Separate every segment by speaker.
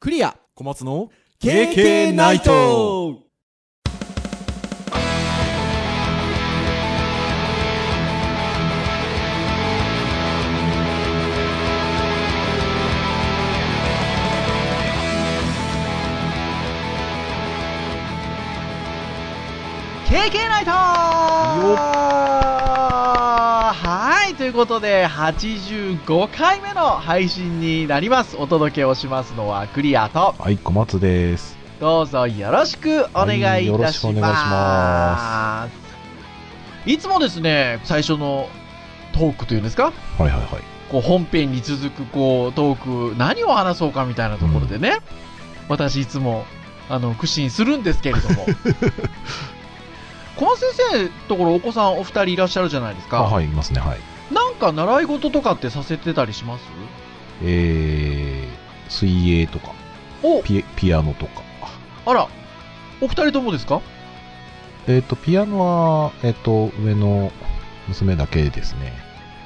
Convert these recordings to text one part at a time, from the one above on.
Speaker 1: クリア
Speaker 2: 小松の
Speaker 1: KK ナイト
Speaker 3: 経験ナイトはいということで85回目の配信になりますお届けをしますのはクリアと
Speaker 2: はい、小松です。
Speaker 3: どうぞよろしくお願いいたします,、
Speaker 2: はいよろしくお願いします
Speaker 3: いつもですね最初のトークというんですか
Speaker 2: はいはいはい。
Speaker 3: こう本編に続くこうトーク何を話そうかみたいなところでね、私いつもあの苦心するんですけれど も小松先生のところお子さんお二人いらっしゃるじゃないです
Speaker 2: あ
Speaker 3: か、
Speaker 2: はい、いますね、はい。
Speaker 3: なんか習い事とかってさせてたりします
Speaker 2: えー、水泳とか、
Speaker 3: お
Speaker 2: ピピアノとか。
Speaker 3: あらお二人ともですか
Speaker 2: えっ、と、ピアノは、えっ、と、上の娘だけですね。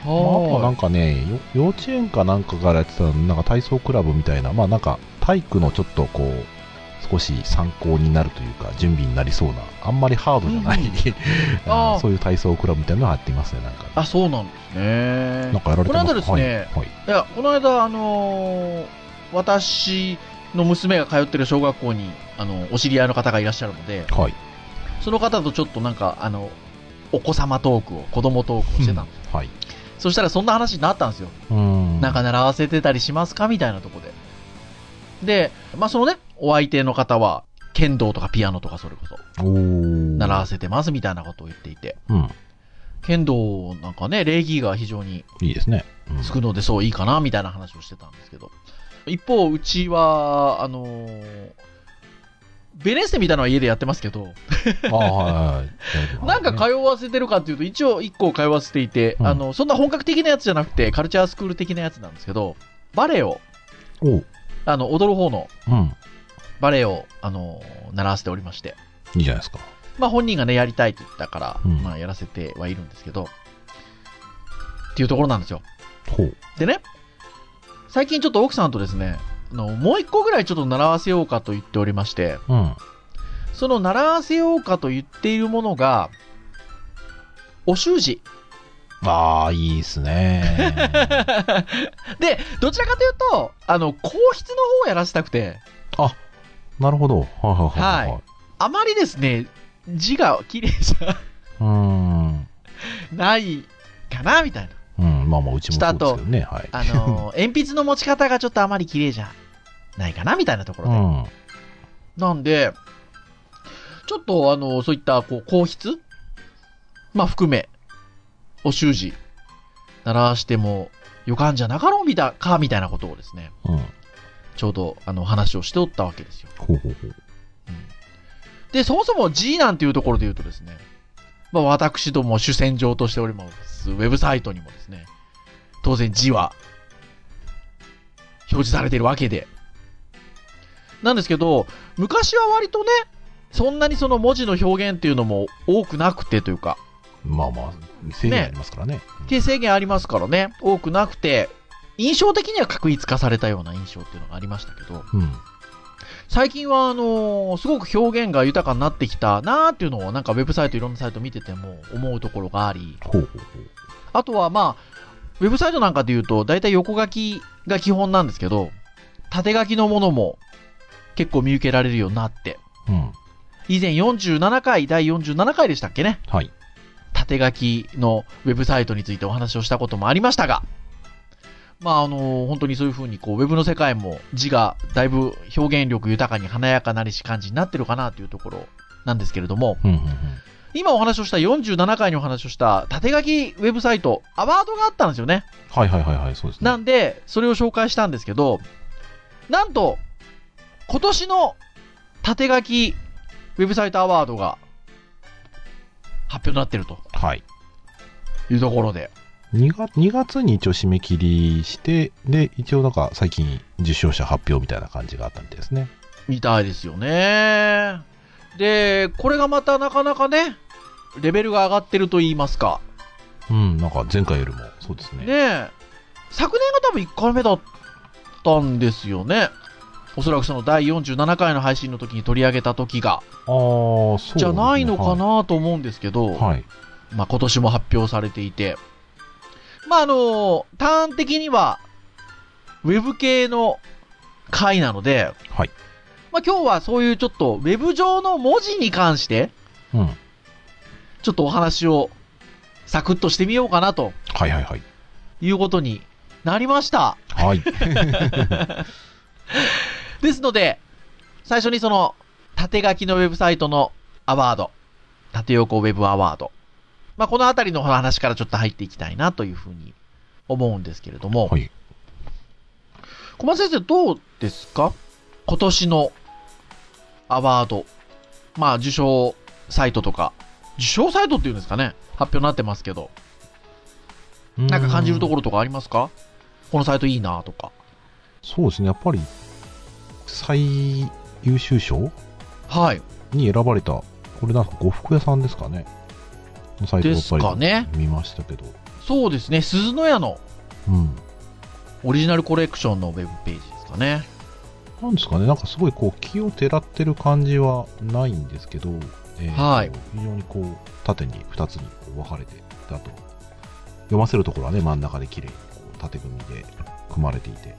Speaker 3: あ
Speaker 2: まあ、あとは
Speaker 3: ー
Speaker 2: なんかね、よ幼稚園かなんかからやってたの、なんか体操クラブみたいな、まあなんか体育のちょっとこう、少し参考になるというか、準備になりそうな、 あんまりハードじゃない、
Speaker 3: うん
Speaker 2: あ
Speaker 3: あ
Speaker 2: ー
Speaker 3: ー
Speaker 2: そういう体操クラブみたいなのがあってますね、なんか、ね。
Speaker 3: あそうなんですね
Speaker 2: なんかやられてます
Speaker 3: この間です
Speaker 2: は
Speaker 3: ね
Speaker 2: いはい
Speaker 3: いやこの間あのー私の娘が通ってる小学校にあのお知り合いの方がいらっしゃるので、
Speaker 2: はい。
Speaker 3: その方とちょっとなんか、あの、お子様トークを、子供トークをしてたの。
Speaker 2: はい。
Speaker 3: そしたらそんな話になったんですよ。
Speaker 2: うん
Speaker 3: なんか習わせてたりしますかみたいなとこで。で、まあそのね、お相手の方は、剣道とかピアノとかそれこそ、
Speaker 2: おー
Speaker 3: 習わせてますみたいなことを言っていて。
Speaker 2: うん。
Speaker 3: 剣道なんかね、礼儀が非常に
Speaker 2: いいですね。うん
Speaker 3: つくのでそういいかな、みたいな話をしてたんですけど。一方、うちは、あのーベネッセみたいなのは家でやってますけど、
Speaker 2: あーはいはいはい。
Speaker 3: なんか通わせてるかっていうと、一応1個通わせていて、
Speaker 2: うん
Speaker 3: あの、そんな本格的なやつじゃなくて、カルチャースクール的なやつなんですけど、バレエを、
Speaker 2: おう
Speaker 3: あの、踊る方の
Speaker 2: うん。
Speaker 3: バレエを、あの、習わせておりまして、
Speaker 2: いいじゃないですか。
Speaker 3: まあ本人がね、やりたいって言ったから、
Speaker 2: うん
Speaker 3: まあやらせてはいるんですけど、っていうところなんですよ。
Speaker 2: ほう。
Speaker 3: でね、最近ちょっと奥さんとですね、あのもう一個ぐらいちょっと習わせようかと言っておりまして、
Speaker 2: うん。
Speaker 3: その習わせようかと言っているものが、お習字。
Speaker 2: ああ、いいですね。
Speaker 3: で、どちらかというと、あの、皇室の方をやらせたくて、
Speaker 2: なるほど。はいはいはい。
Speaker 3: はいあまりですね、字が綺麗じゃ
Speaker 2: うーん。
Speaker 3: ないかな、みたいな。
Speaker 2: うん、まあまあ、うちもそうですけどね。はい。
Speaker 3: あ の、鉛筆の持ち方がちょっとあまり綺麗じゃないかな、みたいなところ
Speaker 2: う
Speaker 3: で。
Speaker 2: ん。
Speaker 3: なんで、ちょっと、あの、そういった、こう、皇室まあ、含め、お習字、習わしても、予感じゃなかろうみたか、みたいなことをですね、
Speaker 2: うん。
Speaker 3: ちょうど、あの、話をしておったわけですよ。
Speaker 2: ほうほうほう。
Speaker 3: で、そもそも G なんていうところで言うとですね、まあ、私ども主戦場としております、ウェブサイトにもですね、当然 G は表示されているわけで。なんですけど、昔は割とね、そんなにその文字の表現っていうのも多くなくてというか、
Speaker 2: まあまあ、制限ありますからね。
Speaker 3: 形制限ありますからね、多くなくて、印象的には確一化されたような印象っていうのがありましたけど、
Speaker 2: うん。
Speaker 3: 最近はあのーすごく表現が豊かになってきたなーっていうのをなんかウェブサイトいろんなサイト見てても思うところがあり
Speaker 2: ほうほうほ
Speaker 3: あとはまあウェブサイトなんかで言うと大体横書きが基本なんですけど縦書きのものも結構見受けられるようになって
Speaker 2: う。うん。
Speaker 3: 以前47回第47回でしたっけね
Speaker 2: はい。
Speaker 3: 縦書きのウェブサイトについてお話をしたこともありましたが、まああの本当にそういうふうにこうウェブの世界も字がだいぶ表現力豊かに華やかなりし感じになってるかなというところなんですけれども、
Speaker 2: うんうんうん。
Speaker 3: 今お話をした47回にお話をした縦書きウェブサイト、アワードがあったんですよね。
Speaker 2: はいはいはいはい、そうですね。
Speaker 3: なんで、それを紹介したんですけど、なんと、今年の縦書きウェブサイトアワードが発表になってると
Speaker 2: はい。
Speaker 3: いうところで、
Speaker 2: 2月 ,2 月に一応締め切りして、で、一応なんか最近受賞者発表みたいな感じがあったんですね。
Speaker 3: みたいですよね。で、これがまたなかなかね、レベルが上がってると言いますか。
Speaker 2: うん、なんか前回よりもそうですね。
Speaker 3: ねえ。昨年が多分1回目だったんですよね。おそらくその第47回の配信の時に取り上げた時が、
Speaker 2: あー、そう、
Speaker 3: じゃないのかなと思うんですけど、
Speaker 2: はい。
Speaker 3: まあ今年も発表されていて、まああの、ターン的には、ウェブ系の回なので、
Speaker 2: はい。
Speaker 3: まあ今日はそういうちょっとウェブ上の文字に関して、
Speaker 2: うん。はい
Speaker 3: ちょっとお話をサクッとしてみようかなと
Speaker 2: はいはい。
Speaker 3: いうことになりました。
Speaker 2: はい。
Speaker 3: ですので、最初にその、縦書きのウェブサイトのアワード、縦横ウェブアワード。まあ、このあたりの話からちょっと入っていきたいなというふうに思うんですけれども、
Speaker 2: はい
Speaker 3: 小松先生どうですか今年のアワード。まあ、受賞サイトとか、受賞サイトっていうんですかね発表になってますけど、なんか感じるとこ
Speaker 2: ろ。
Speaker 3: ろとかありますかこのサイトいいなとか。
Speaker 2: そうですね、やっぱり、最優秀賞
Speaker 3: はい。
Speaker 2: に選ばれた、これなんか呉服屋さんですかね。のサイトを
Speaker 3: で
Speaker 2: やっ
Speaker 3: す
Speaker 2: ぱり
Speaker 3: かね。
Speaker 2: 見ましたけど。
Speaker 3: そうですね。鈴の屋の
Speaker 2: うん。
Speaker 3: オリジナルコレクションのウェブページですかね。
Speaker 2: なんですかね、なんかすごいこう、気をてらってる感じはないんですけど、えー
Speaker 3: はい
Speaker 2: 非常にこう、縦に2つにこう分かれて、だと、読ませるところはね、真ん中で綺麗にこう縦組みで組まれていて、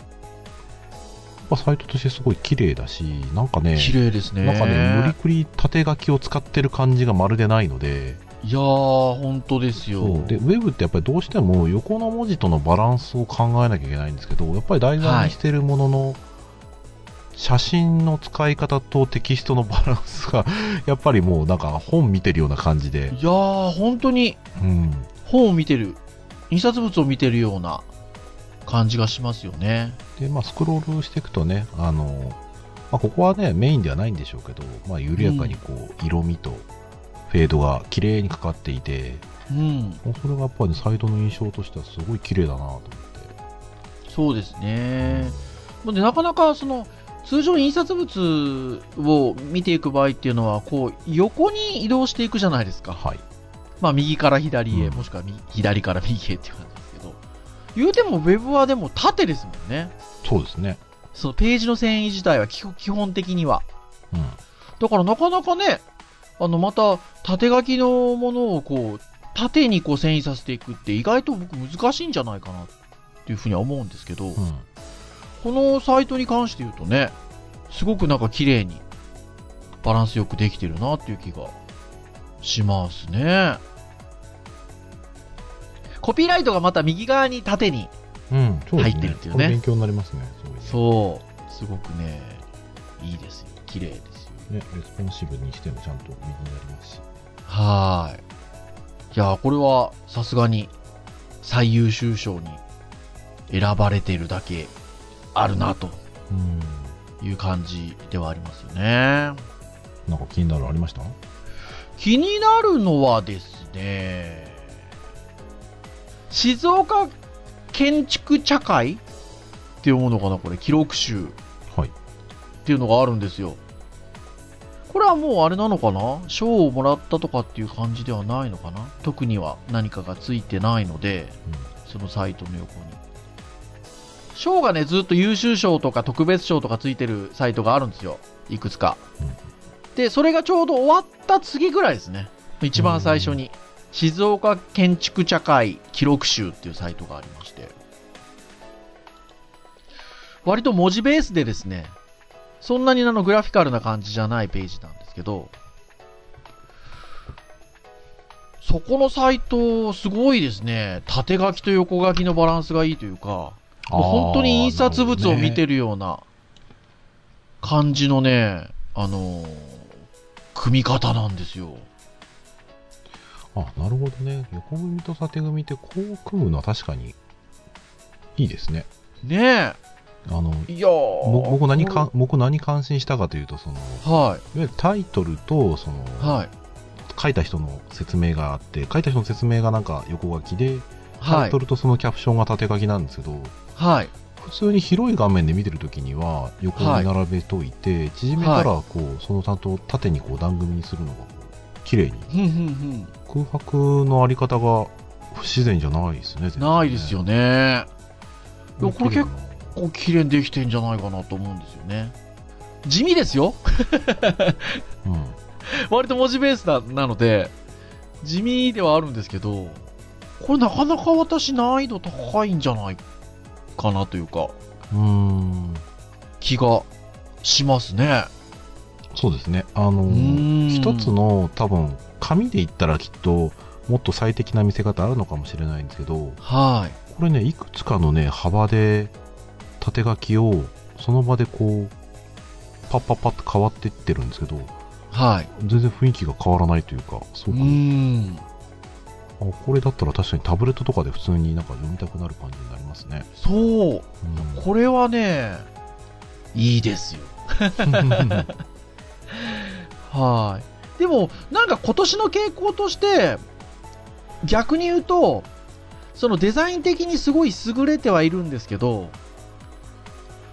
Speaker 2: まあ、サイトとしてすごい綺麗だし、なんかね、
Speaker 3: 綺麗ですね。
Speaker 2: なんかね、無理くり縦書きを使ってる感じがまるでないので、
Speaker 3: いやー、本当ですよ。
Speaker 2: でウェブってやっぱりどうしても横の文字とのバランスを考えなきゃいけないんですけどやっぱり題材にしてるものの、写真の使い方とテキストのバランスが やっぱりもうなんか本見てるような感じで
Speaker 3: い、やー、本当に
Speaker 2: うん、
Speaker 3: 本を見てる、印刷物を見てるような感じがしますよね。
Speaker 2: で、まあ、スクロールしていくとねあの、まあ、ここはねメインではないんでしょうけど、まあ、緩やかにこう色味とフェードが綺麗にかかっていて、
Speaker 3: うん、
Speaker 2: もうそれがやっぱり、ね、サイトの印象としてはすごい綺麗だなと思って。
Speaker 3: そうですね。でなかなかその通常印刷物を見ていく場合っていうのはこう横に移動していくじゃないですか。
Speaker 2: はい
Speaker 3: まあ、右から左へ、
Speaker 2: うん
Speaker 3: もしくは右左から右へっていう感じですけど、言うてもウェブはでも縦ですもんね。
Speaker 2: そうですね、
Speaker 3: そのページの遷移自体は基本基本的には。
Speaker 2: うん、
Speaker 3: だからなかなかね、あの、また縦書きのものをこう、縦にこう遷移させていくって意外と僕難しいんじゃないかなっていうふうには思うんですけど、
Speaker 2: うん
Speaker 3: このサイトに関して言うとね、すごくなんか綺麗にバランスよくできてるなっていう気がしますね。コピーライトがまた右側に縦に、
Speaker 2: うん、そうです
Speaker 3: 入ってるっていうね
Speaker 2: これ勉強になりますね。そう
Speaker 3: そう、すごくね、いいですよ。綺麗ですよ。
Speaker 2: いうね、レスポンシブにしてもちゃんと右になりますし。
Speaker 3: はーい。いやー、これはさすがに最優秀賞に選ばれているだけあるなと
Speaker 2: うん。
Speaker 3: いう感じではありますよね。
Speaker 2: なんか気になるのありました
Speaker 3: 気になるのはですね、静岡建築茶会っていうものかな、これ、記録集っ
Speaker 2: はい。
Speaker 3: ていうのがあるんですよ。これはもうあれなのかな賞をもらったとかっていう感じではないのかな特には何かがついてないので、そのサイトの横に。賞がね、ずっと優秀賞とか特別賞とかついてるサイトがあるんですよ。いくつか
Speaker 2: うん。
Speaker 3: で、それがちょうど終わった次ぐらいですね。一番最初に。静岡建築茶会記録集っていうサイトがありまして。割と文字ベースでですね、そんなにあのグラフィカルな感じじゃないページなんですけど、そこのサイト、すごいですね。縦書きと横書きのバランスがいいというか、もう本当に印刷物を見て
Speaker 2: る。
Speaker 3: るような感じのね、あのー組み方なんですよ。
Speaker 2: あ、なるほどね。横組みと縦組みってこう組むのは確かにいいですね。
Speaker 3: ね
Speaker 2: あの、
Speaker 3: え。いやー
Speaker 2: 僕僕何か、僕何感心したかというと、その、いわ
Speaker 3: は
Speaker 2: ゆるタイトルと、その、
Speaker 3: い。はい。
Speaker 2: 書いた人の説明があって、書いた人の説明がなんか横書きで、タ
Speaker 3: は
Speaker 2: イ
Speaker 3: い
Speaker 2: ト。ルとそのキャプションが縦書きなんですけど、
Speaker 3: はい。
Speaker 2: 普通に広い画面で見てるときには横に並べといて、縮めたらこう、その担当縦にこう段組みにするのがこう綺麗に
Speaker 3: ふんふんふん。
Speaker 2: 空白のあり方が不自然じゃないですね全然ね
Speaker 3: ないですよね。いやこれ
Speaker 2: 綺
Speaker 3: 結
Speaker 2: 麗な
Speaker 3: こう綺麗にできてんじゃないかなと思うんですよね。地味ですよ。
Speaker 2: うん。
Speaker 3: 割と文字ベースななので、地味ではあるんですけど、これなかなか私難易度高いんじゃないかなというか、
Speaker 2: うーん。
Speaker 3: 気がしますね。
Speaker 2: そうですね。あの
Speaker 3: うーん
Speaker 2: 一つの多分紙で言ったらきっともっと最適な見せ方あるのかもしれないんですけど
Speaker 3: は
Speaker 2: これねいくつかのね幅で縦書きをその場でこうパッパッパッと変わっていってるんですけど
Speaker 3: い。はい。
Speaker 2: 全然雰囲気が変わらないというかす
Speaker 3: う
Speaker 2: ごく、
Speaker 3: ん。
Speaker 2: あこれだったら確かにタブレットとかで普通になんか読みたくなる感じになりますね。
Speaker 3: そう。
Speaker 2: うん
Speaker 3: これはね、いいですよ。はい。でも、なんか今年の傾向として、逆に言うと、そのデザイン的にすごい優れてはいるんですけど、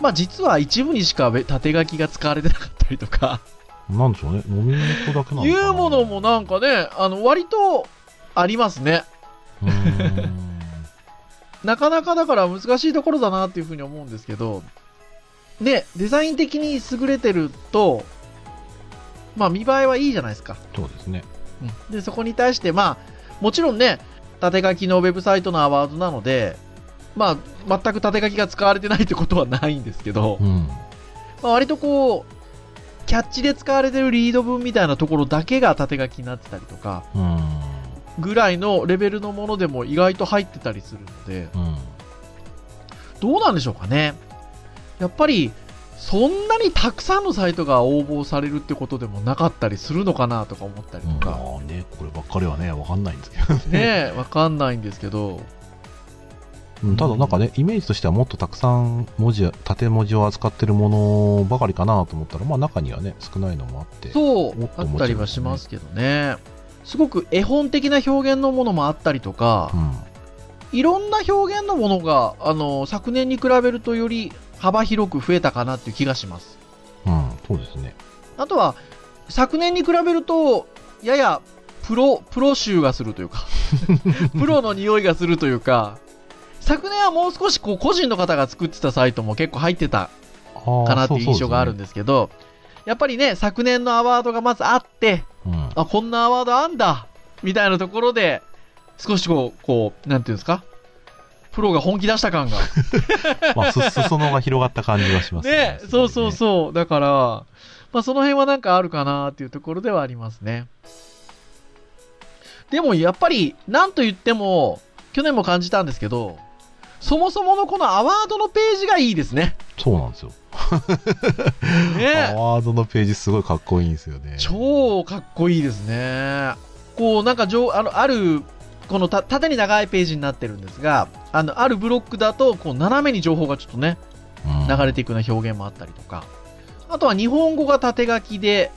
Speaker 3: まあ実は一部にしかべ縦書きが使われてなかったりとか、
Speaker 2: なんでしょうね飲み物だけなのかな
Speaker 3: いうものもなんかね、あの割とありますね。
Speaker 2: うーん
Speaker 3: なかなかだから難しいところだなっていうふうに思うんですけど、ね、デザイン的に優れてると、まあ見栄えはいいじゃないですか。
Speaker 2: そうですね。
Speaker 3: で、そこに対して、まあ、もちろんね、縦書きのウェブサイトのアワードなので、まあ、全く縦書きが使われてないってことはないんですけど、
Speaker 2: うん
Speaker 3: まあ、割とこう、キャッチで使われてるリード文みたいなところだけが縦書きになってたりとか、
Speaker 2: うん
Speaker 3: ぐらいのレベルのものでも意外と入ってたりするので、
Speaker 2: うん
Speaker 3: どうなんでしょうかね。やっぱり、そんなにたくさんのサイトが応募されるってことでもなかったりするのかなとか思ったり
Speaker 2: うん
Speaker 3: とか。
Speaker 2: まあね、こればっかりはね、わかんないんですけどね。
Speaker 3: ねえ、わかんないんですけど。
Speaker 2: うんただなんかね、イメージとしてはもっとたくさん文字や、縦文字を扱ってるものばかりかなと思ったら、まあ中にはね、少ないのもあって。
Speaker 3: そう
Speaker 2: もっ、と
Speaker 3: あ
Speaker 2: もちろんね
Speaker 3: ったりはしますけどね。すごく絵本的な表現のものもあったりとか
Speaker 2: う、ん。
Speaker 3: いろんな表現のものが、あの、昨年に比べるとより幅広く増えたかなっていう気がします。
Speaker 2: うん、そうですね。
Speaker 3: あとは、昨年に比べると、ややプロ、プロ臭がするというか、 プロの匂いがするというか、昨年はもう少しこう個人の方が作ってたサイトも結構入ってたか
Speaker 2: か
Speaker 3: なっていう印象があるん
Speaker 2: で
Speaker 3: ですけど、やっぱりね、昨年のアワードがまずあって、
Speaker 2: すね。
Speaker 3: あ、こんなアワードあんだみたいなところで、少しこう、こう、なんていうんですかプロが本気出した感が。
Speaker 2: うん。まあ、す、 裾野が広がった感じがします
Speaker 3: ね
Speaker 2: ね。、
Speaker 3: そうそう
Speaker 2: す
Speaker 3: そう。だから、まあその辺はなんかあるかなっていうところではありますね。でもやっぱり、なんと言っても、去年も感じたんですけど、そもそものこのアワードのページがいいですね。
Speaker 2: ごいね。そうなんですよ。ア
Speaker 3: ね。
Speaker 2: ワードのページすごいかっこいいんですよね。
Speaker 3: 超かっこいいですね。こう、なんか上、あの、ある、このた縦に長いページになってるんですが、あの、あるブロックだと、こう、斜めに情報がちょっとね、
Speaker 2: うん
Speaker 3: 流れていくような表現もあったりとか、あとは日本語が縦書きで、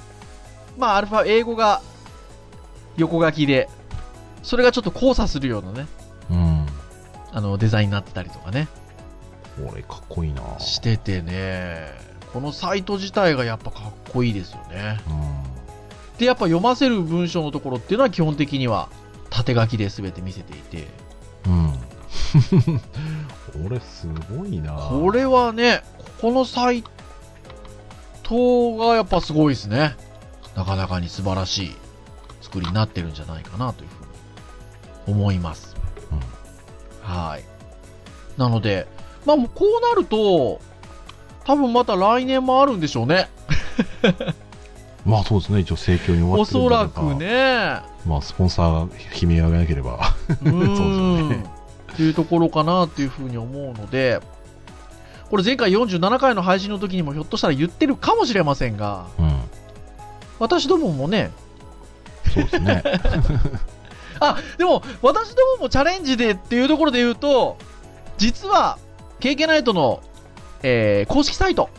Speaker 3: まあ、アルファ、英語が横書きで、それがちょっと交差するようなね、
Speaker 2: うん。
Speaker 3: あの、デザインになってたりとかね、
Speaker 2: これかっこいいなぁ
Speaker 3: しててね、このサイト自体がやっぱかっこいいですよね。
Speaker 2: う
Speaker 3: で、やっぱ読ませる文章のところっていうのは基本的には縦書きで全て見せていて、
Speaker 2: ん。 うん。これすごいなぁ
Speaker 3: これはね、ここのサイトがやっぱすごいですね。なかなかに素晴らしい作りになってるんじゃないかなというふうに思います。
Speaker 2: うん
Speaker 3: はい。なので、まあもうこうなると、多分また来年もあるんでしょうね。
Speaker 2: まあそうですね、一応盛況に終わ
Speaker 3: お
Speaker 2: ってる
Speaker 3: そ
Speaker 2: んだ
Speaker 3: ら
Speaker 2: とか
Speaker 3: く。ね。
Speaker 2: まあスポンサーが悲鳴を上げなければ。
Speaker 3: うーん
Speaker 2: そうですよね
Speaker 3: っていうところかなっていうふうに思うので、これ前回47回の配信の時にもひょっとしたら言ってるかもしれませんが、
Speaker 2: うん。
Speaker 3: 私どももね、
Speaker 2: そうです ね。
Speaker 3: あ、でも私どももチャレンジでっていうところで言うと、実は KK ナイトの、えー公式サイト、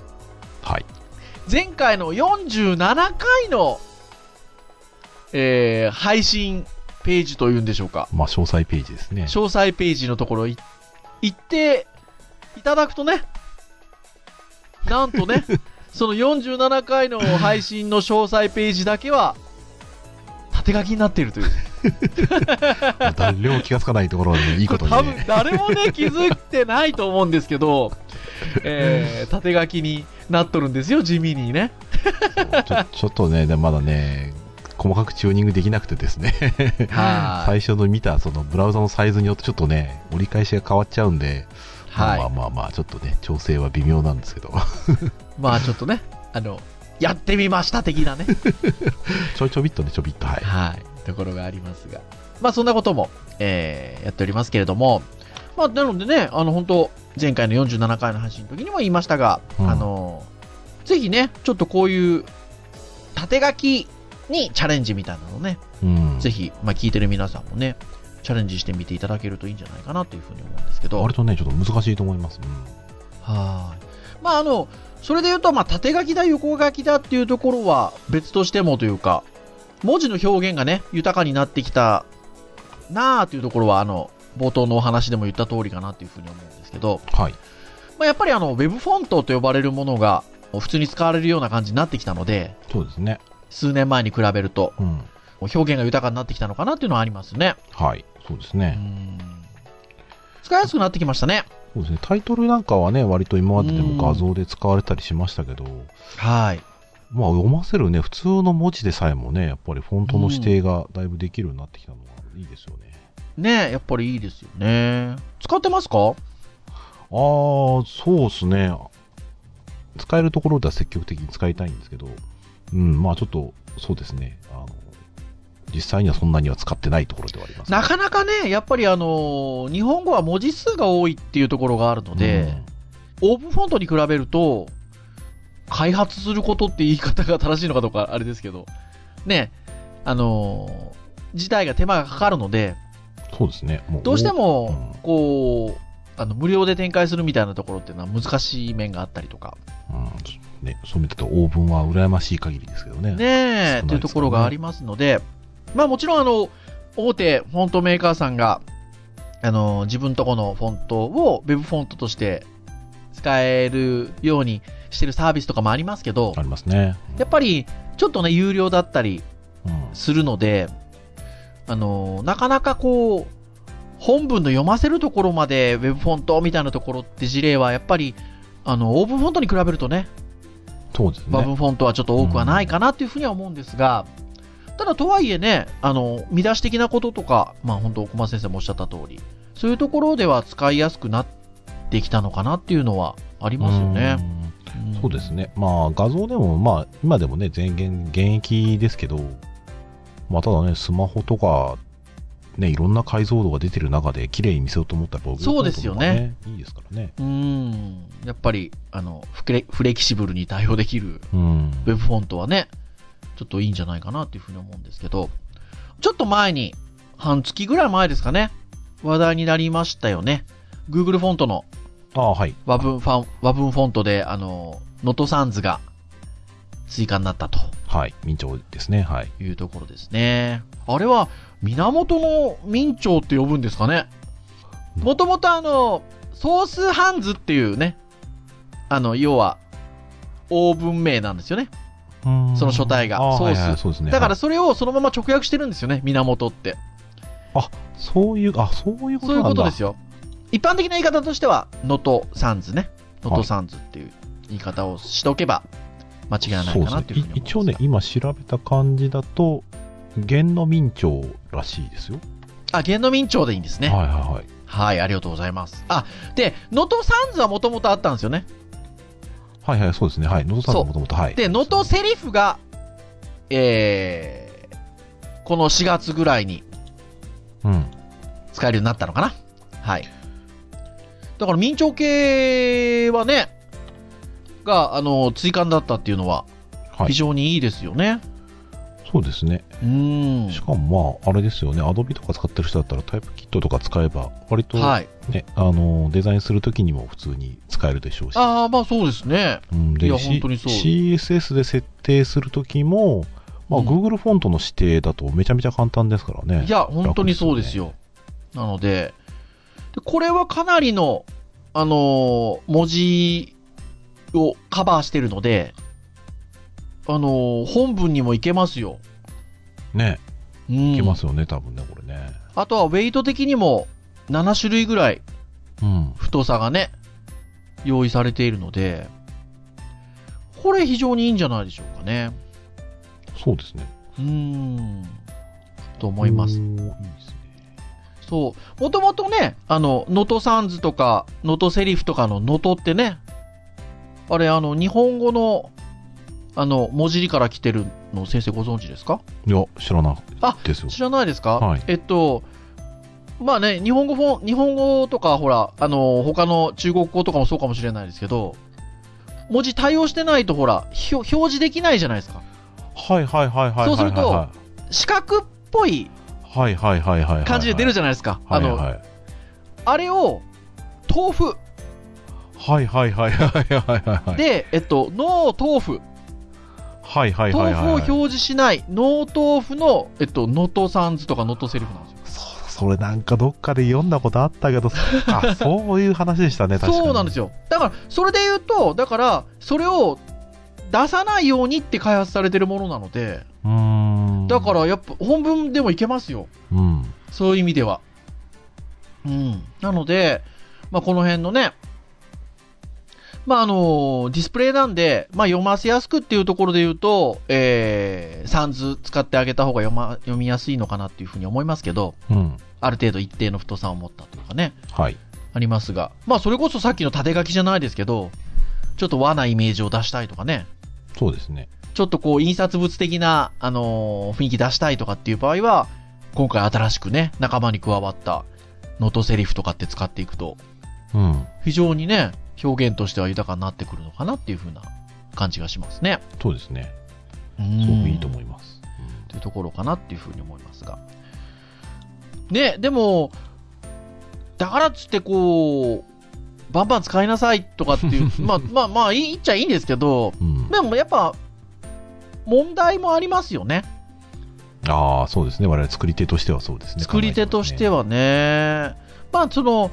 Speaker 2: はい。
Speaker 3: 前回の47回の、えー配信ページというんでしょうか、
Speaker 2: まあ詳細ページですね。
Speaker 3: 詳細ページのところい行っていただくとね、なんとね、その47回の配信の詳細ページだけは、縦書きになっているという。
Speaker 2: まあ誰も気がつかないところでいいことに
Speaker 3: これ多分
Speaker 2: ね。
Speaker 3: 誰もね、気づいてないと思うんですけど、えー縦書きになっとるんですよ、地味にね。
Speaker 2: ちょちょっとね、でまだね、細かくチューニングできなくてですね、
Speaker 3: は
Speaker 2: 最初の見たそのブラウザのサイズによってちょっとね、折り返しが変わっちゃうんで、
Speaker 3: い。はい
Speaker 2: まあ。まあまあ、ちょっとね、調整は微妙なんですけ ど、
Speaker 3: まあちょっとね、あの、やってみました的なね、
Speaker 2: ちょいちょびっとね、ちょびっと、はい。
Speaker 3: はい、ところがありますが。まあそんなことも、えーやっておりますけれども、まあなのでね、あの本当前回の47回の配信の時にも言いましたが、
Speaker 2: うん
Speaker 3: あの、ぜひね、ちょっとこういう縦書きにチャレンジみたいなのね、
Speaker 2: うん、
Speaker 3: ぜひ、まあ聞いてる皆さんもね、チャレンジしてみていただけるといいんじゃないかなというふうに思うんですけど。
Speaker 2: 割とね、ちょっと難しいと思います。うん
Speaker 3: はい。まああの、それで言うと、まあ縦書きだ、横書きだっていうところは別としてもというか、文字の表現がね、豊かになってきたなあというところは、あの、冒頭のお話でも言った通りかなというふうに思うんですけど、
Speaker 2: はい。
Speaker 3: まあ、やっぱりあの、ウェブフォントと呼ばれるものが、普通に使われるような感じになってきたので、
Speaker 2: そうですね。
Speaker 3: 数年前に比べると、
Speaker 2: うん。
Speaker 3: 表現が豊かになってきたのかなっていうのはありますね。
Speaker 2: はい。そうです
Speaker 3: う
Speaker 2: ね。
Speaker 3: ん。使いやすくなってきましたね。
Speaker 2: そうですね。タイトルなんかはね、割と今までで
Speaker 3: うん
Speaker 2: も画像で使われたりしましたけど、
Speaker 3: はい。
Speaker 2: まあ読ませるね、普通の文字でさえもね、やっぱりフォントの指定がだいぶできるようになってきたのはいいですよね。
Speaker 3: ねえやっぱりいいですよね。使ってますか
Speaker 2: ああ、そうですね。使えるところでは積極的に使いたいんですけど、うん、まあちょっと、そうですね。あの実際にはそんなには使ってないところではありますね、
Speaker 3: なかなかね、やっぱりあのー日本語は文字数が多いっていうところがあるので、オープンフォントに比べると、開発することって言い方が正しいのかどうかあれですけど、ね、あのー自体が手間がかかるので、
Speaker 2: うんそうですね。も
Speaker 3: どうして
Speaker 2: う
Speaker 3: も
Speaker 2: ん、
Speaker 3: こう、あの、無料で展開するみたいなところっていうのは難しい面があったりとか、
Speaker 2: うんね、そう見たとオーブンは羨ましい限りですけどね。
Speaker 3: ねえ、
Speaker 2: 少ないですからね
Speaker 3: というところがありますので、まあもちろんあの、大手フォントメーカーさんが、あの、自分とこのフォントを Web フォントとして使えるようにしてるサービスとかもありますけど
Speaker 2: あ、りますね。
Speaker 3: やっぱりちょっとね、有料だったり
Speaker 2: うん
Speaker 3: するので、あの、なかなかこう、本文の読ませるところまで Web フォントみたいなところって事例はやっぱり、あの、オープンフォントに比べるとね、
Speaker 2: そうです
Speaker 3: バ
Speaker 2: ね。
Speaker 3: ブフォントはちょっと多くはないかなっていうふうには思うんですが、ただとはいえね、あの、見出し的なこととか、まあ本当、小松先生もおっしゃった通り、そういうところでは使いやすくなってきたのかなっていうのはありますよね。
Speaker 2: うんそうですね。まあ画像でも、まあ今でもね、全現現役ですけど、まあただね、スマホとか、ね、いろんな解像度が出てる中で綺麗に見せようと思ったら、
Speaker 3: そうですよね。
Speaker 2: いいですからね。
Speaker 3: うん。うんやっぱり、あの、フレフレキシブルに対応できる
Speaker 2: うん。
Speaker 3: ウェブフォントはね、ちょっといいんじゃないかなっていうふうに思うんですけど、ちょっと前に、半月ぐらい前ですかね、話題になりましたよね。Google フォントの
Speaker 2: ああ、はい。
Speaker 3: 和文ファン、和文フォントで、あの、ノトサンズが追加になったと
Speaker 2: はい。明朝ですね。はい。
Speaker 3: いうところですね。あれは、源の明朝って呼ぶんですかねもともとあの、ソースハンズっていうね、あの、要は、王文名なんですよね。その書体が
Speaker 2: ああ
Speaker 3: ソース
Speaker 2: はいはいそうですね。
Speaker 3: だから
Speaker 2: はい、
Speaker 3: それをそのまま直訳してるんですよね、源って。
Speaker 2: そういう、あ、そういうこ
Speaker 3: そ
Speaker 2: と
Speaker 3: う
Speaker 2: な
Speaker 3: いうん
Speaker 2: だ。
Speaker 3: ことですよ。一般的な言い方としては、ノトサンズね。ノトサンズっていう言い方をしておけば、間違いないかなっていうふうに思います
Speaker 2: そう
Speaker 3: が。
Speaker 2: ですねい一応ね、今調べた感じだと、元の明朝らしいですよ。
Speaker 3: あ、元の明朝でいいんですね。
Speaker 2: はい
Speaker 3: はい、
Speaker 2: はいはい。
Speaker 3: ありがとうございます。あ、で、能登サンズはもともとあったんですよね。
Speaker 2: はいはい、そうですね。はい。能登さん
Speaker 3: そう
Speaker 2: はもともと、はい。
Speaker 3: で、能登セリフが、えー、この4月ぐらいに
Speaker 2: うん。
Speaker 3: 使えるようになったのかな。はい。だから明朝系はね、が、あの、追加になったっていうのは、
Speaker 2: は
Speaker 3: 非
Speaker 2: い。
Speaker 3: 常にいいですよね。
Speaker 2: そうですね。
Speaker 3: うーん。
Speaker 2: しかも、まあ、あれですよね。アドビとか使ってる人だったら、タイプキットとか使えば、割とね、
Speaker 3: はい。
Speaker 2: あの、デザインするときにも普通に使えるでしょうし。
Speaker 3: ああ、まあそうですね。
Speaker 2: うん、で
Speaker 3: いや
Speaker 2: C-
Speaker 3: 本当にそう
Speaker 2: CSS で設定するときも、まあ、
Speaker 3: うん
Speaker 2: Google フォントの指定だとめちゃめちゃ簡単ですからね。
Speaker 3: いや、本当にそうですよ。なのでで、これはかなりの、あのー文字をカバーしてるので、あのー本文にもいけますよ。
Speaker 2: ね。
Speaker 3: うん
Speaker 2: いけますよね、多分ね、これね。
Speaker 3: あとはウェイト的にも7種類ぐらい
Speaker 2: うん。
Speaker 3: 太さがね、用意されているので、これ非常にいいんじゃないでしょうかね。
Speaker 2: そうですね。
Speaker 3: うーん、と思います
Speaker 2: お。ーいいですね。
Speaker 3: そう。もともとね、あの、能登サンズとか、能登セリフとかの能登ってね、あれ、あの、日本語の、あの、文字りから来てるの先生ご存知ですか
Speaker 2: いや、知らない
Speaker 3: あ
Speaker 2: ですよ。
Speaker 3: 知らないですか、
Speaker 2: はい
Speaker 3: えっと、まあね、日本語フォン、日本語とか、ほら、あの、他の中国語とかもそうかもしれないですけど、文字対応してないと、ほら、ひょ表示できないじゃないですか。
Speaker 2: はいはいはいはいはいはいはい。
Speaker 3: そうすると四角っぽい
Speaker 2: はいはいはいはいはい。
Speaker 3: 感じで出る
Speaker 2: じ
Speaker 3: じゃないですか。
Speaker 2: はい
Speaker 3: あの、
Speaker 2: はい。
Speaker 3: あれを、豆腐
Speaker 2: はいはいはいはいはいはい。
Speaker 3: で、えっと、脳豆腐。
Speaker 2: はいはいは
Speaker 3: 豆
Speaker 2: い
Speaker 3: 腐を
Speaker 2: はい
Speaker 3: 表
Speaker 2: はい。
Speaker 3: 示しない、脳豆腐の、えっと、能登さんずとか能登セリフなんですよ。
Speaker 2: そそれなんかどっかで読んだことあった けど、あ、そういう話でしたね、確かに。
Speaker 3: そうなんです
Speaker 2: よ。
Speaker 3: よ。だから、それで言うと、だから、それを出さないようにって開発されてるものなので、
Speaker 2: うーん。
Speaker 3: だか、ら、やっぱ、本文でもいけますよ。
Speaker 2: うん。
Speaker 3: そういう意味では。うん。なので、まあ、この辺のね、まあ、あの、ディスプレイなんで、まあ、読ませやすくっていうところで言うと、えー、サンズ使ってあげた方が読,、ま、読みやすいのかなっていうふうに思いますけど、
Speaker 2: うん。
Speaker 3: ある程度一定の太さを持ったというかね、
Speaker 2: はい。
Speaker 3: ありますが、まあ、それこそさっきの縦書きじゃないですけど、ちょっと和なイメージを出したいとかね、
Speaker 2: そうですね。
Speaker 3: ちょっとこう、印刷物的な、あのー雰囲気出したいとかっていう場合は、今回新しくね、仲間に加わった、ノートセリフとかって使っていくと、
Speaker 2: うん。
Speaker 3: 非常にね、表現としては豊かになってくるのかなっていう風な感じがしますね。
Speaker 2: そうですね。
Speaker 3: う
Speaker 2: す
Speaker 3: ん
Speaker 2: ごくいいと思います。
Speaker 3: というところかなっていうふうに思いますが。ね、でも、だからっつってこう、バンバン使いなさいとかっていう、まあまあまあ、いいっちゃいいんですけど、
Speaker 2: うん。うん
Speaker 3: でもやっぱ、問題もありますよね。
Speaker 2: ああ、そうですね。我々作り手としてはそうですね。
Speaker 3: 作り手として
Speaker 2: は。
Speaker 3: はね、まあその、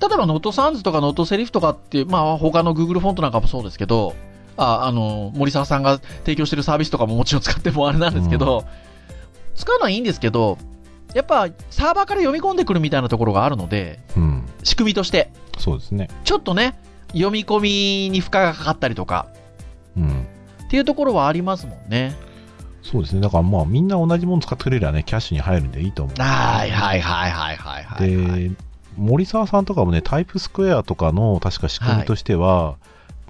Speaker 3: 例えばノートサンズとかノートセリフとかって、まあ他の Google フォントなんかもそうですけど、ああの森沢さんが提供してるサービスとかももちろん使ってもあれなんですけど、使うのはいいんですけど、やっぱサーバーから読み込んでくるみたいなところがあるので、
Speaker 2: うん。
Speaker 3: 仕組みとして、
Speaker 2: そうですね。
Speaker 3: ちょっとね、読み込みに負荷がかかったりとか
Speaker 2: うん。
Speaker 3: っていうところはありますもんね。
Speaker 2: そうですね。だからまあ、みんな同じもの使ってくれりゃね、キャッシュに入るんでいいと思う。
Speaker 3: はいはいはいはいはいはい、
Speaker 2: で、
Speaker 3: はい。
Speaker 2: 森沢さんとかもね、タイプスクエアとかの確か仕組みとしては、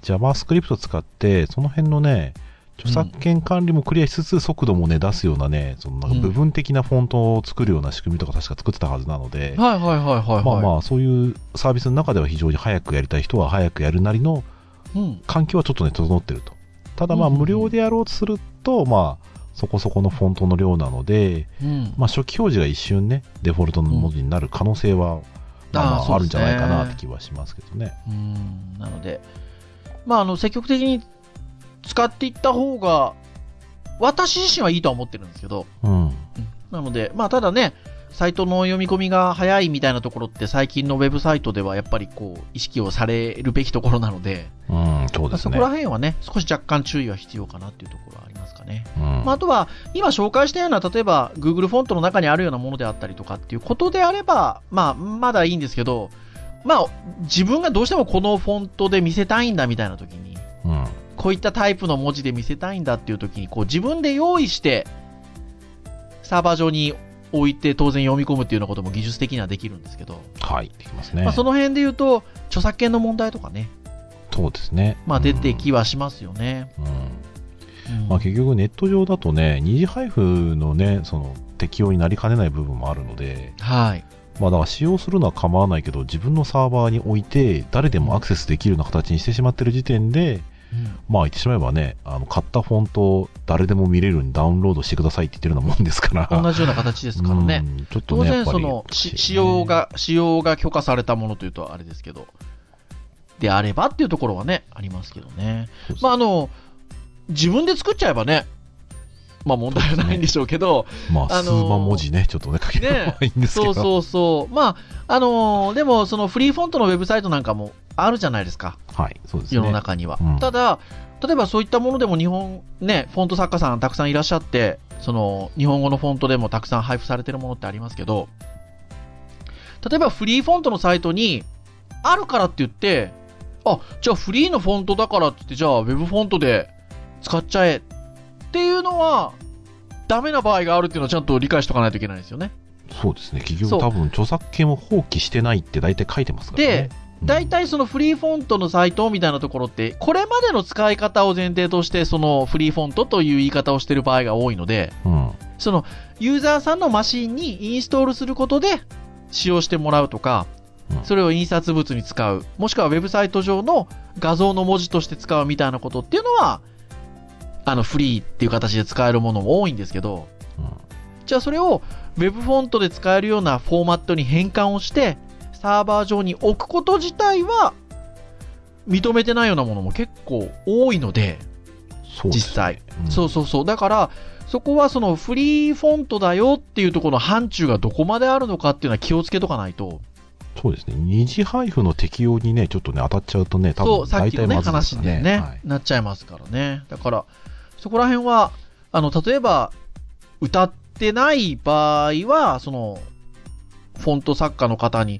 Speaker 2: JavaScript を使って、その辺のね、著作権管理もクリアしつつ、速度もね、出すようなね、そのなんか部分的なフォントを作るような仕組みとか確か作ってたはずなので、
Speaker 3: はいはいはいはいはい。
Speaker 2: まあまあ、そういうサービスの中では非常に早くやりたい人は早くやるなりの
Speaker 3: うん、
Speaker 2: 環境はちょっとね、整ってると。ただまあ、
Speaker 3: うんうんうん
Speaker 2: 無料でやろうとすると、まあ、そこそこのフォントの量なので、
Speaker 3: うん
Speaker 2: まあ、初期表示が一瞬ね、デフォルトの文字になる可能性は、まあま
Speaker 3: あー
Speaker 2: あ、あるん
Speaker 3: そう
Speaker 2: じゃ
Speaker 3: ですね
Speaker 2: ないかなって気はしますけどね。
Speaker 3: うんなので、まあ、あの積極的に使っていった方が、私自身はいいとは思ってるんですけど、
Speaker 2: うん。
Speaker 3: なので、まあ、ただね、サイトの読み込みが早いみたいなところって、最近のウェブサイトではやっぱりこう意識をされるべきところなので、
Speaker 2: うん、そう
Speaker 3: ま
Speaker 2: で
Speaker 3: あ
Speaker 2: す
Speaker 3: そ
Speaker 2: ね
Speaker 3: こら。辺はね、少し若干注意は必要かなっていうところはありますかね。
Speaker 2: うん
Speaker 3: まあ、あとは、今紹介したような、例えば Google フォントの中にあるようなものであったりとかっていうことであれば、まあ、まだいいんですけど、まあ、自分がどうしてもこのフォントで見せたいんだみたいな時に、
Speaker 2: うん
Speaker 3: こういったタイプの文字で見せたいんだっていう時に、こう自分で用意して、サーバー上に置いて当然読み込むっていうようなことも技術的にはできるんですけど、
Speaker 2: はい、できますね。
Speaker 3: まあ、その辺で言うと、著作権の問題とかね、
Speaker 2: そうですね。
Speaker 3: まあ、出て
Speaker 2: うん
Speaker 3: きはしますよね。
Speaker 2: うん
Speaker 3: うん
Speaker 2: まあ、結局、ネット上だとね、二次配布のね、その適用になりかねない部分もあるので、
Speaker 3: はい。
Speaker 2: まあ、だから使用するのは構わないけど、自分のサーバーに置いて、誰でもアクセスできるような形にしてしまってる時点で、まあ言ってしまえばね、あの買ったフォントを誰でも見れるようにダウンロードしてくださいって言ってるようなもんですから。
Speaker 3: 同じような形ですからね。
Speaker 2: うんちょっと
Speaker 3: 当
Speaker 2: ね、や
Speaker 3: 然
Speaker 2: っぱ
Speaker 3: そ
Speaker 2: り
Speaker 3: の、し使用。が、使用が許可されたものというとあれですけど、であればっていうところはね、ありますけどね。
Speaker 2: そうそう
Speaker 3: まあ、あの、自分で作っちゃえばね、まあ問題はないんでしょうけど、
Speaker 2: まあ、
Speaker 3: あの
Speaker 2: 数万文字ね、ちょっとね、書けない
Speaker 3: ね
Speaker 2: 方がいいんですけ
Speaker 3: そ
Speaker 2: ど。
Speaker 3: うそうそう。まあ、あのーでもそのフリーフォントのウェブサイトなんかもあるじゃないですか、
Speaker 2: はい、そうですね。
Speaker 3: 世の中には。
Speaker 2: うん
Speaker 3: ただ、例えばそういったものでも日本、ね、フォント作家さんたくさんいらっしゃって、その、日本語のフォントでもたくさん配布されてるものってありますけど、例えばフリーフォントのサイトに、あるからって言って、あ、じゃあフリーのフォントだからって言って、じゃあウェブフォントで使っちゃえっていうのは、ダメな場合があるっていうのはちゃんと理解しとかないといけないですよね。
Speaker 2: そうですね企業
Speaker 3: そう
Speaker 2: 多分著作権を放棄してないって大体書いてますからね
Speaker 3: で、大体そのフリーフォントのサイトみたいなところって、これまでの使い方を前提として、そのフリーフォントという言い方をしてる場合が多いので、
Speaker 2: うん
Speaker 3: そのユーザーさんのマシンにインストールすることで使用してもらうとか
Speaker 2: う、ん
Speaker 3: それを印刷物に使う、もしくはウェブサイト上の画像の文字として使うみたいなことっていうのは、あのフリーっていう形で使えるものも多いんですけど、
Speaker 2: うん
Speaker 3: じゃあそれをウェブフォントで使えるようなフォーマットに変換をして、サーバー上に置くこと自体は認めてないようなものも結構多いので、
Speaker 2: そうです
Speaker 3: 実際。
Speaker 2: うん
Speaker 3: そうそうそう。だから、そこはそのフリーフォントだよっていうところの範疇がどこまであるのかっていうのは気をつけとかないと。
Speaker 2: そうですね二次配布の適用にねちょっとね当たっちゃうとね多
Speaker 3: そう、
Speaker 2: 分
Speaker 3: さっ
Speaker 2: 大
Speaker 3: きの
Speaker 2: 体
Speaker 3: ね、
Speaker 2: まずいで
Speaker 3: 話
Speaker 2: す
Speaker 3: に
Speaker 2: から
Speaker 3: ね、
Speaker 2: はい
Speaker 3: なっちゃいますからね。だから、そこら辺は、あの、例えば、歌ってない場合は、その、フォント作家の方に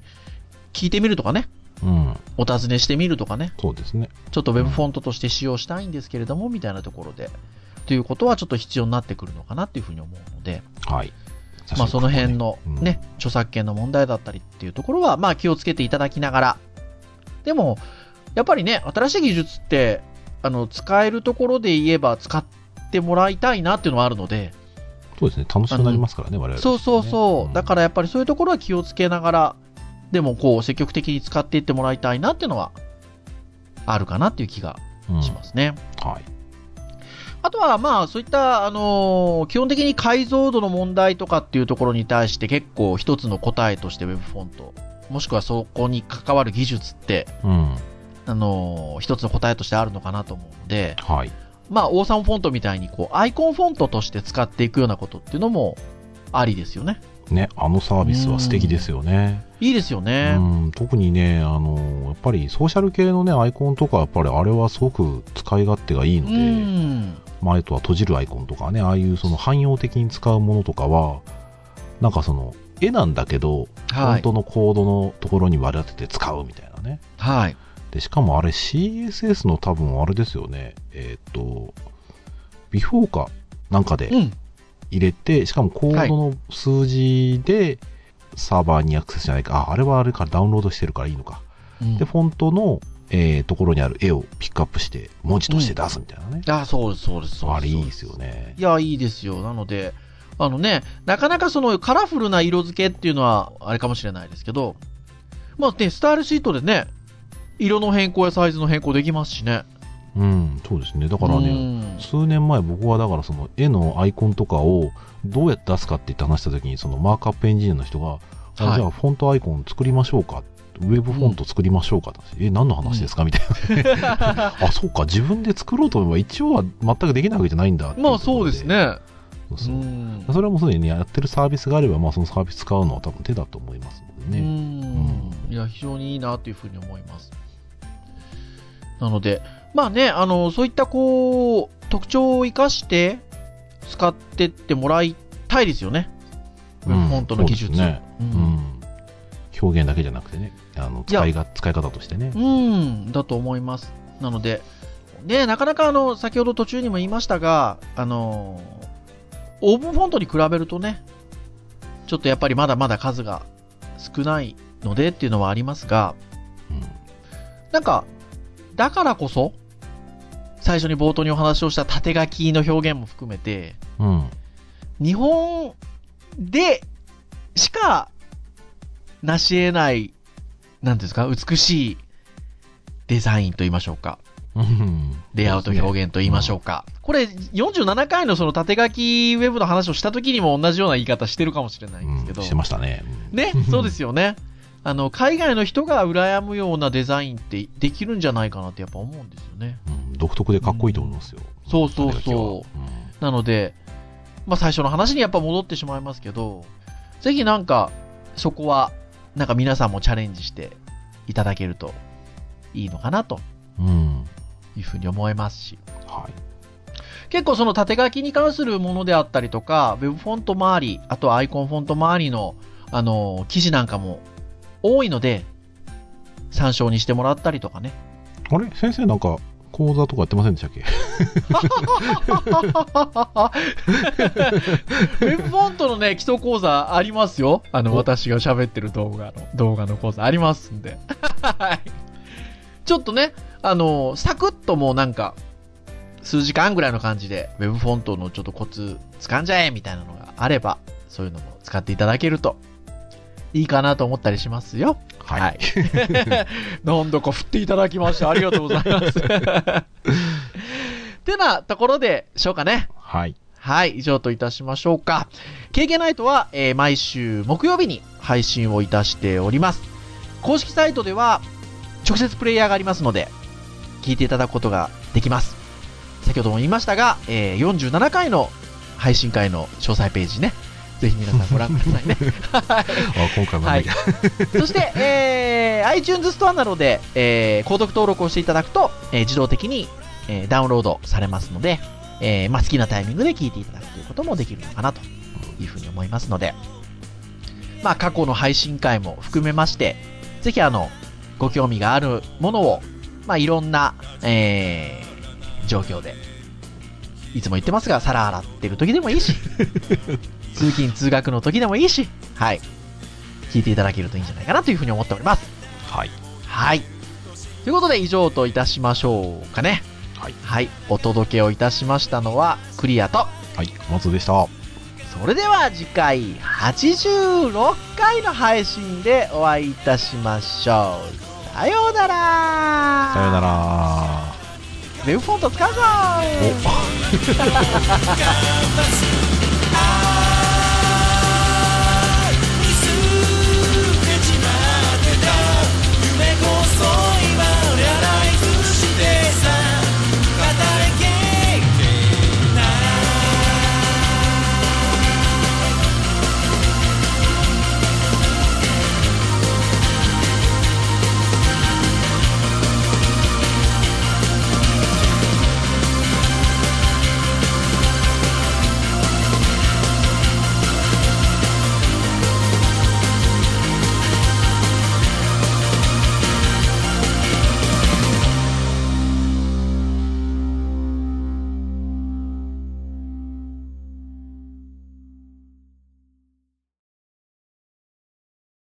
Speaker 3: 聞いてみるとかね、
Speaker 2: うん
Speaker 3: お尋ねしてみるとかね、
Speaker 2: そうですね
Speaker 3: ちょっとウェブフォントとして使用したいんですけれども、みたいなところで、ということはちょっと必要になってくるのかなっていうふうに思うので、
Speaker 2: はい
Speaker 3: まあ、その辺の
Speaker 2: うん
Speaker 3: ね、著作権の問題だったりっていうところは、まあ、気をつけていただきながら。でも、やっぱりね、新しい技術って、あの、使えるところで言えば使ってもらいたいなっていうのはあるので、
Speaker 2: そうですね楽しくなりますからね我々、ね、
Speaker 3: そうそうそう。だかららやっぱりそういうところは気をつけながら、でもこう、積極的に使っていってもらいたいなっていうのは、あるかなっていう気がしますね。
Speaker 2: はい
Speaker 3: あとは、まあ、そういった、あのー基本的に解像度の問題とかっていうところに対して結構一つの答えとして Web フォント、もしくはそこに関わる技術って、
Speaker 2: うん
Speaker 3: あのー一つの答えとしてあるのかなと思うので、
Speaker 2: はい
Speaker 3: まあ、オーサンフォントみたいに、こう、アイコンフォントとして使っていくようなことっていうのもありですよね。
Speaker 2: ねあのサービスは素敵ですよね
Speaker 3: いいですよ
Speaker 2: う
Speaker 3: ね。
Speaker 2: ん特にねあのやっぱりソーシャル系のねアイコンとかやっぱりあれはすごく使い勝手がいいの
Speaker 3: う
Speaker 2: で、
Speaker 3: ん。
Speaker 2: まあ、あとは閉じるアイコンとかね、ああいうその汎用的に使うものとかは、なんかその、絵なんだけど、
Speaker 3: は
Speaker 2: 本
Speaker 3: い。
Speaker 2: 当のコードのところに割り当てて使うみたいなね。
Speaker 3: はい。
Speaker 2: で、しかもあれ CSS の多分あれですよね、えーっと、ビフォーかなんかで
Speaker 3: うん。
Speaker 2: 入れて、しかもコードの数字でサーバーにアクセスじゃないか、あ、あれはあれからダウンロードしてるからいいのか。
Speaker 3: うん
Speaker 2: で、フォントの、えーところにある絵をピックアップして文字として出すみたいなね。
Speaker 3: あ、そうです、そうです、そうです。
Speaker 2: あれいいですよね
Speaker 3: い。や、いいですよ。なので、あのね、なかなかそのカラフルな色付けっていうのはあれかもしれないですけど、まあね、スタイルシートでね、色の変更やサイズの変更できますしね。
Speaker 2: うん、そうですね。だからね、
Speaker 3: うん
Speaker 2: 数年前僕はだからその絵のアイコンとかをどうやって出すかって言って話した時にそのマークアップエンジニアの人が、あ
Speaker 3: はい
Speaker 2: じゃあフォントアイコン作りましょうかウェブフォント作りましょうかって、え何の話ですか、みたい なあそうか自分で作ろうと思えば一応は全くできないわけじゃないんだってい
Speaker 3: まあそうですね。
Speaker 2: そうそううんそれはもうすでに、ね、やってるサービスがあれば、まあ、そのサービス使うのは多分手だと思いますので
Speaker 3: う
Speaker 2: ね、
Speaker 3: んいや、非常にいいなというふうに思います。なので、まあね、あの、そういったこう、特徴を生かして使ってってもらいたいですよね。ウ
Speaker 2: う
Speaker 3: ェ
Speaker 2: ん
Speaker 3: ブフォントの技術。
Speaker 2: そうですね
Speaker 3: う
Speaker 2: う
Speaker 3: ん
Speaker 2: ん、表現だけじゃなくてねあの
Speaker 3: いや
Speaker 2: 使いが使い方としてね、
Speaker 3: うん、だと思います。なので、ね、なかなかあの、先ほど途中にも言いましたが、あのーオープンフォントに比べるとね、ちょっとやっぱりまだまだ数が少ないのでっていうのはありますが、
Speaker 2: うん
Speaker 3: なんか、だからこそ、最初に冒頭にお話をした縦書きの表現も含めて、
Speaker 2: うん、
Speaker 3: 日本でしか成し得ない、なんていうんですか、美しいデザインと言いましょうか。
Speaker 2: うん
Speaker 3: レイアウト表現と言いましょうか。これ、47回のその縦書きウェブの話をした時にも同じような言い方してるかもしれないんですけど。
Speaker 2: うん、してましたね。うん
Speaker 3: ね、そうですよね。あの、海外の人が羨むようなデザインってできるんじゃないかなってやっぱ思うんですよね。
Speaker 2: うん独特でかっこいいと思いますよ。
Speaker 3: そうそう
Speaker 2: 縦書きは
Speaker 3: そう。なので、まあ最初の話にやっぱ戻ってしまいますけど、ぜひなんか、そこは、なんか皆さんもチャレンジしていただけるといいのかなと
Speaker 2: うん。うん
Speaker 3: いうふうに思いますし、
Speaker 2: はい。
Speaker 3: 結構その縦書きに関するものであったりとか、ウェブフォント周り、あとはアイコンフォント周りの、あの、記事なんかも多いので、参照にしてもらったりとかね。
Speaker 2: あれ先生なんか講座とかやってませんでしたっけ
Speaker 3: ウェブフォントのね、基礎講座ありますよ。あの、
Speaker 2: お
Speaker 3: 私が喋ってる動画の、動画の講座ありますんで。はいちょっとね、あの、サクッともうなんか、数時間ぐらいの感じで、ウェブフォントのちょっとコツ、掴んじゃえみたいなのがあれば、そういうのも使っていただけると、いいかなと思ったりしますよ。
Speaker 2: はい
Speaker 3: はい。なんだか振っていただきまして、ありがとうございます。 てなところでしょうかね。
Speaker 2: はい。
Speaker 3: はい、以上といたしましょうか。KK ナイトは、えー毎週木曜日に配信をいたしております。公式サイトでは直接プレイヤーがありますので、聞いていただくことができます。先ほども言いましたが、えー47回の配信会の詳細ページね、ぜひ皆さんご覧くださいね。は
Speaker 2: あ、
Speaker 3: い
Speaker 2: 今回も
Speaker 3: は
Speaker 2: ないんだ。
Speaker 3: そして、えー iTunes ストアなどで、えー購読登録をしていただくと、えー自動的に、えーダウンロードされますので、えーまあ、好きなタイミングで聞いていただくということもできるのかなというふうに思いますので、まあ、過去の配信会も含めまして、ぜひあの、ご興味があるものを、まあ、いろんな、えー状況で、いつも言ってますが、皿洗ってる時で もいいし、通勤通学の時でもいいし、はい。聞いていただけるといいんじゃないかなというふうに思っております。
Speaker 2: はい。
Speaker 3: はい。ということで、以上といたしましょうかね。
Speaker 2: はい。
Speaker 3: お届けをいたしましたのは、クリアと、
Speaker 2: はい。松でした。
Speaker 3: それでは次回86回の配信でお会いいたしましょう。さようなら
Speaker 2: さよな。ら。
Speaker 3: ウェブフォント使うぞ
Speaker 2: お
Speaker 4: 「ガラス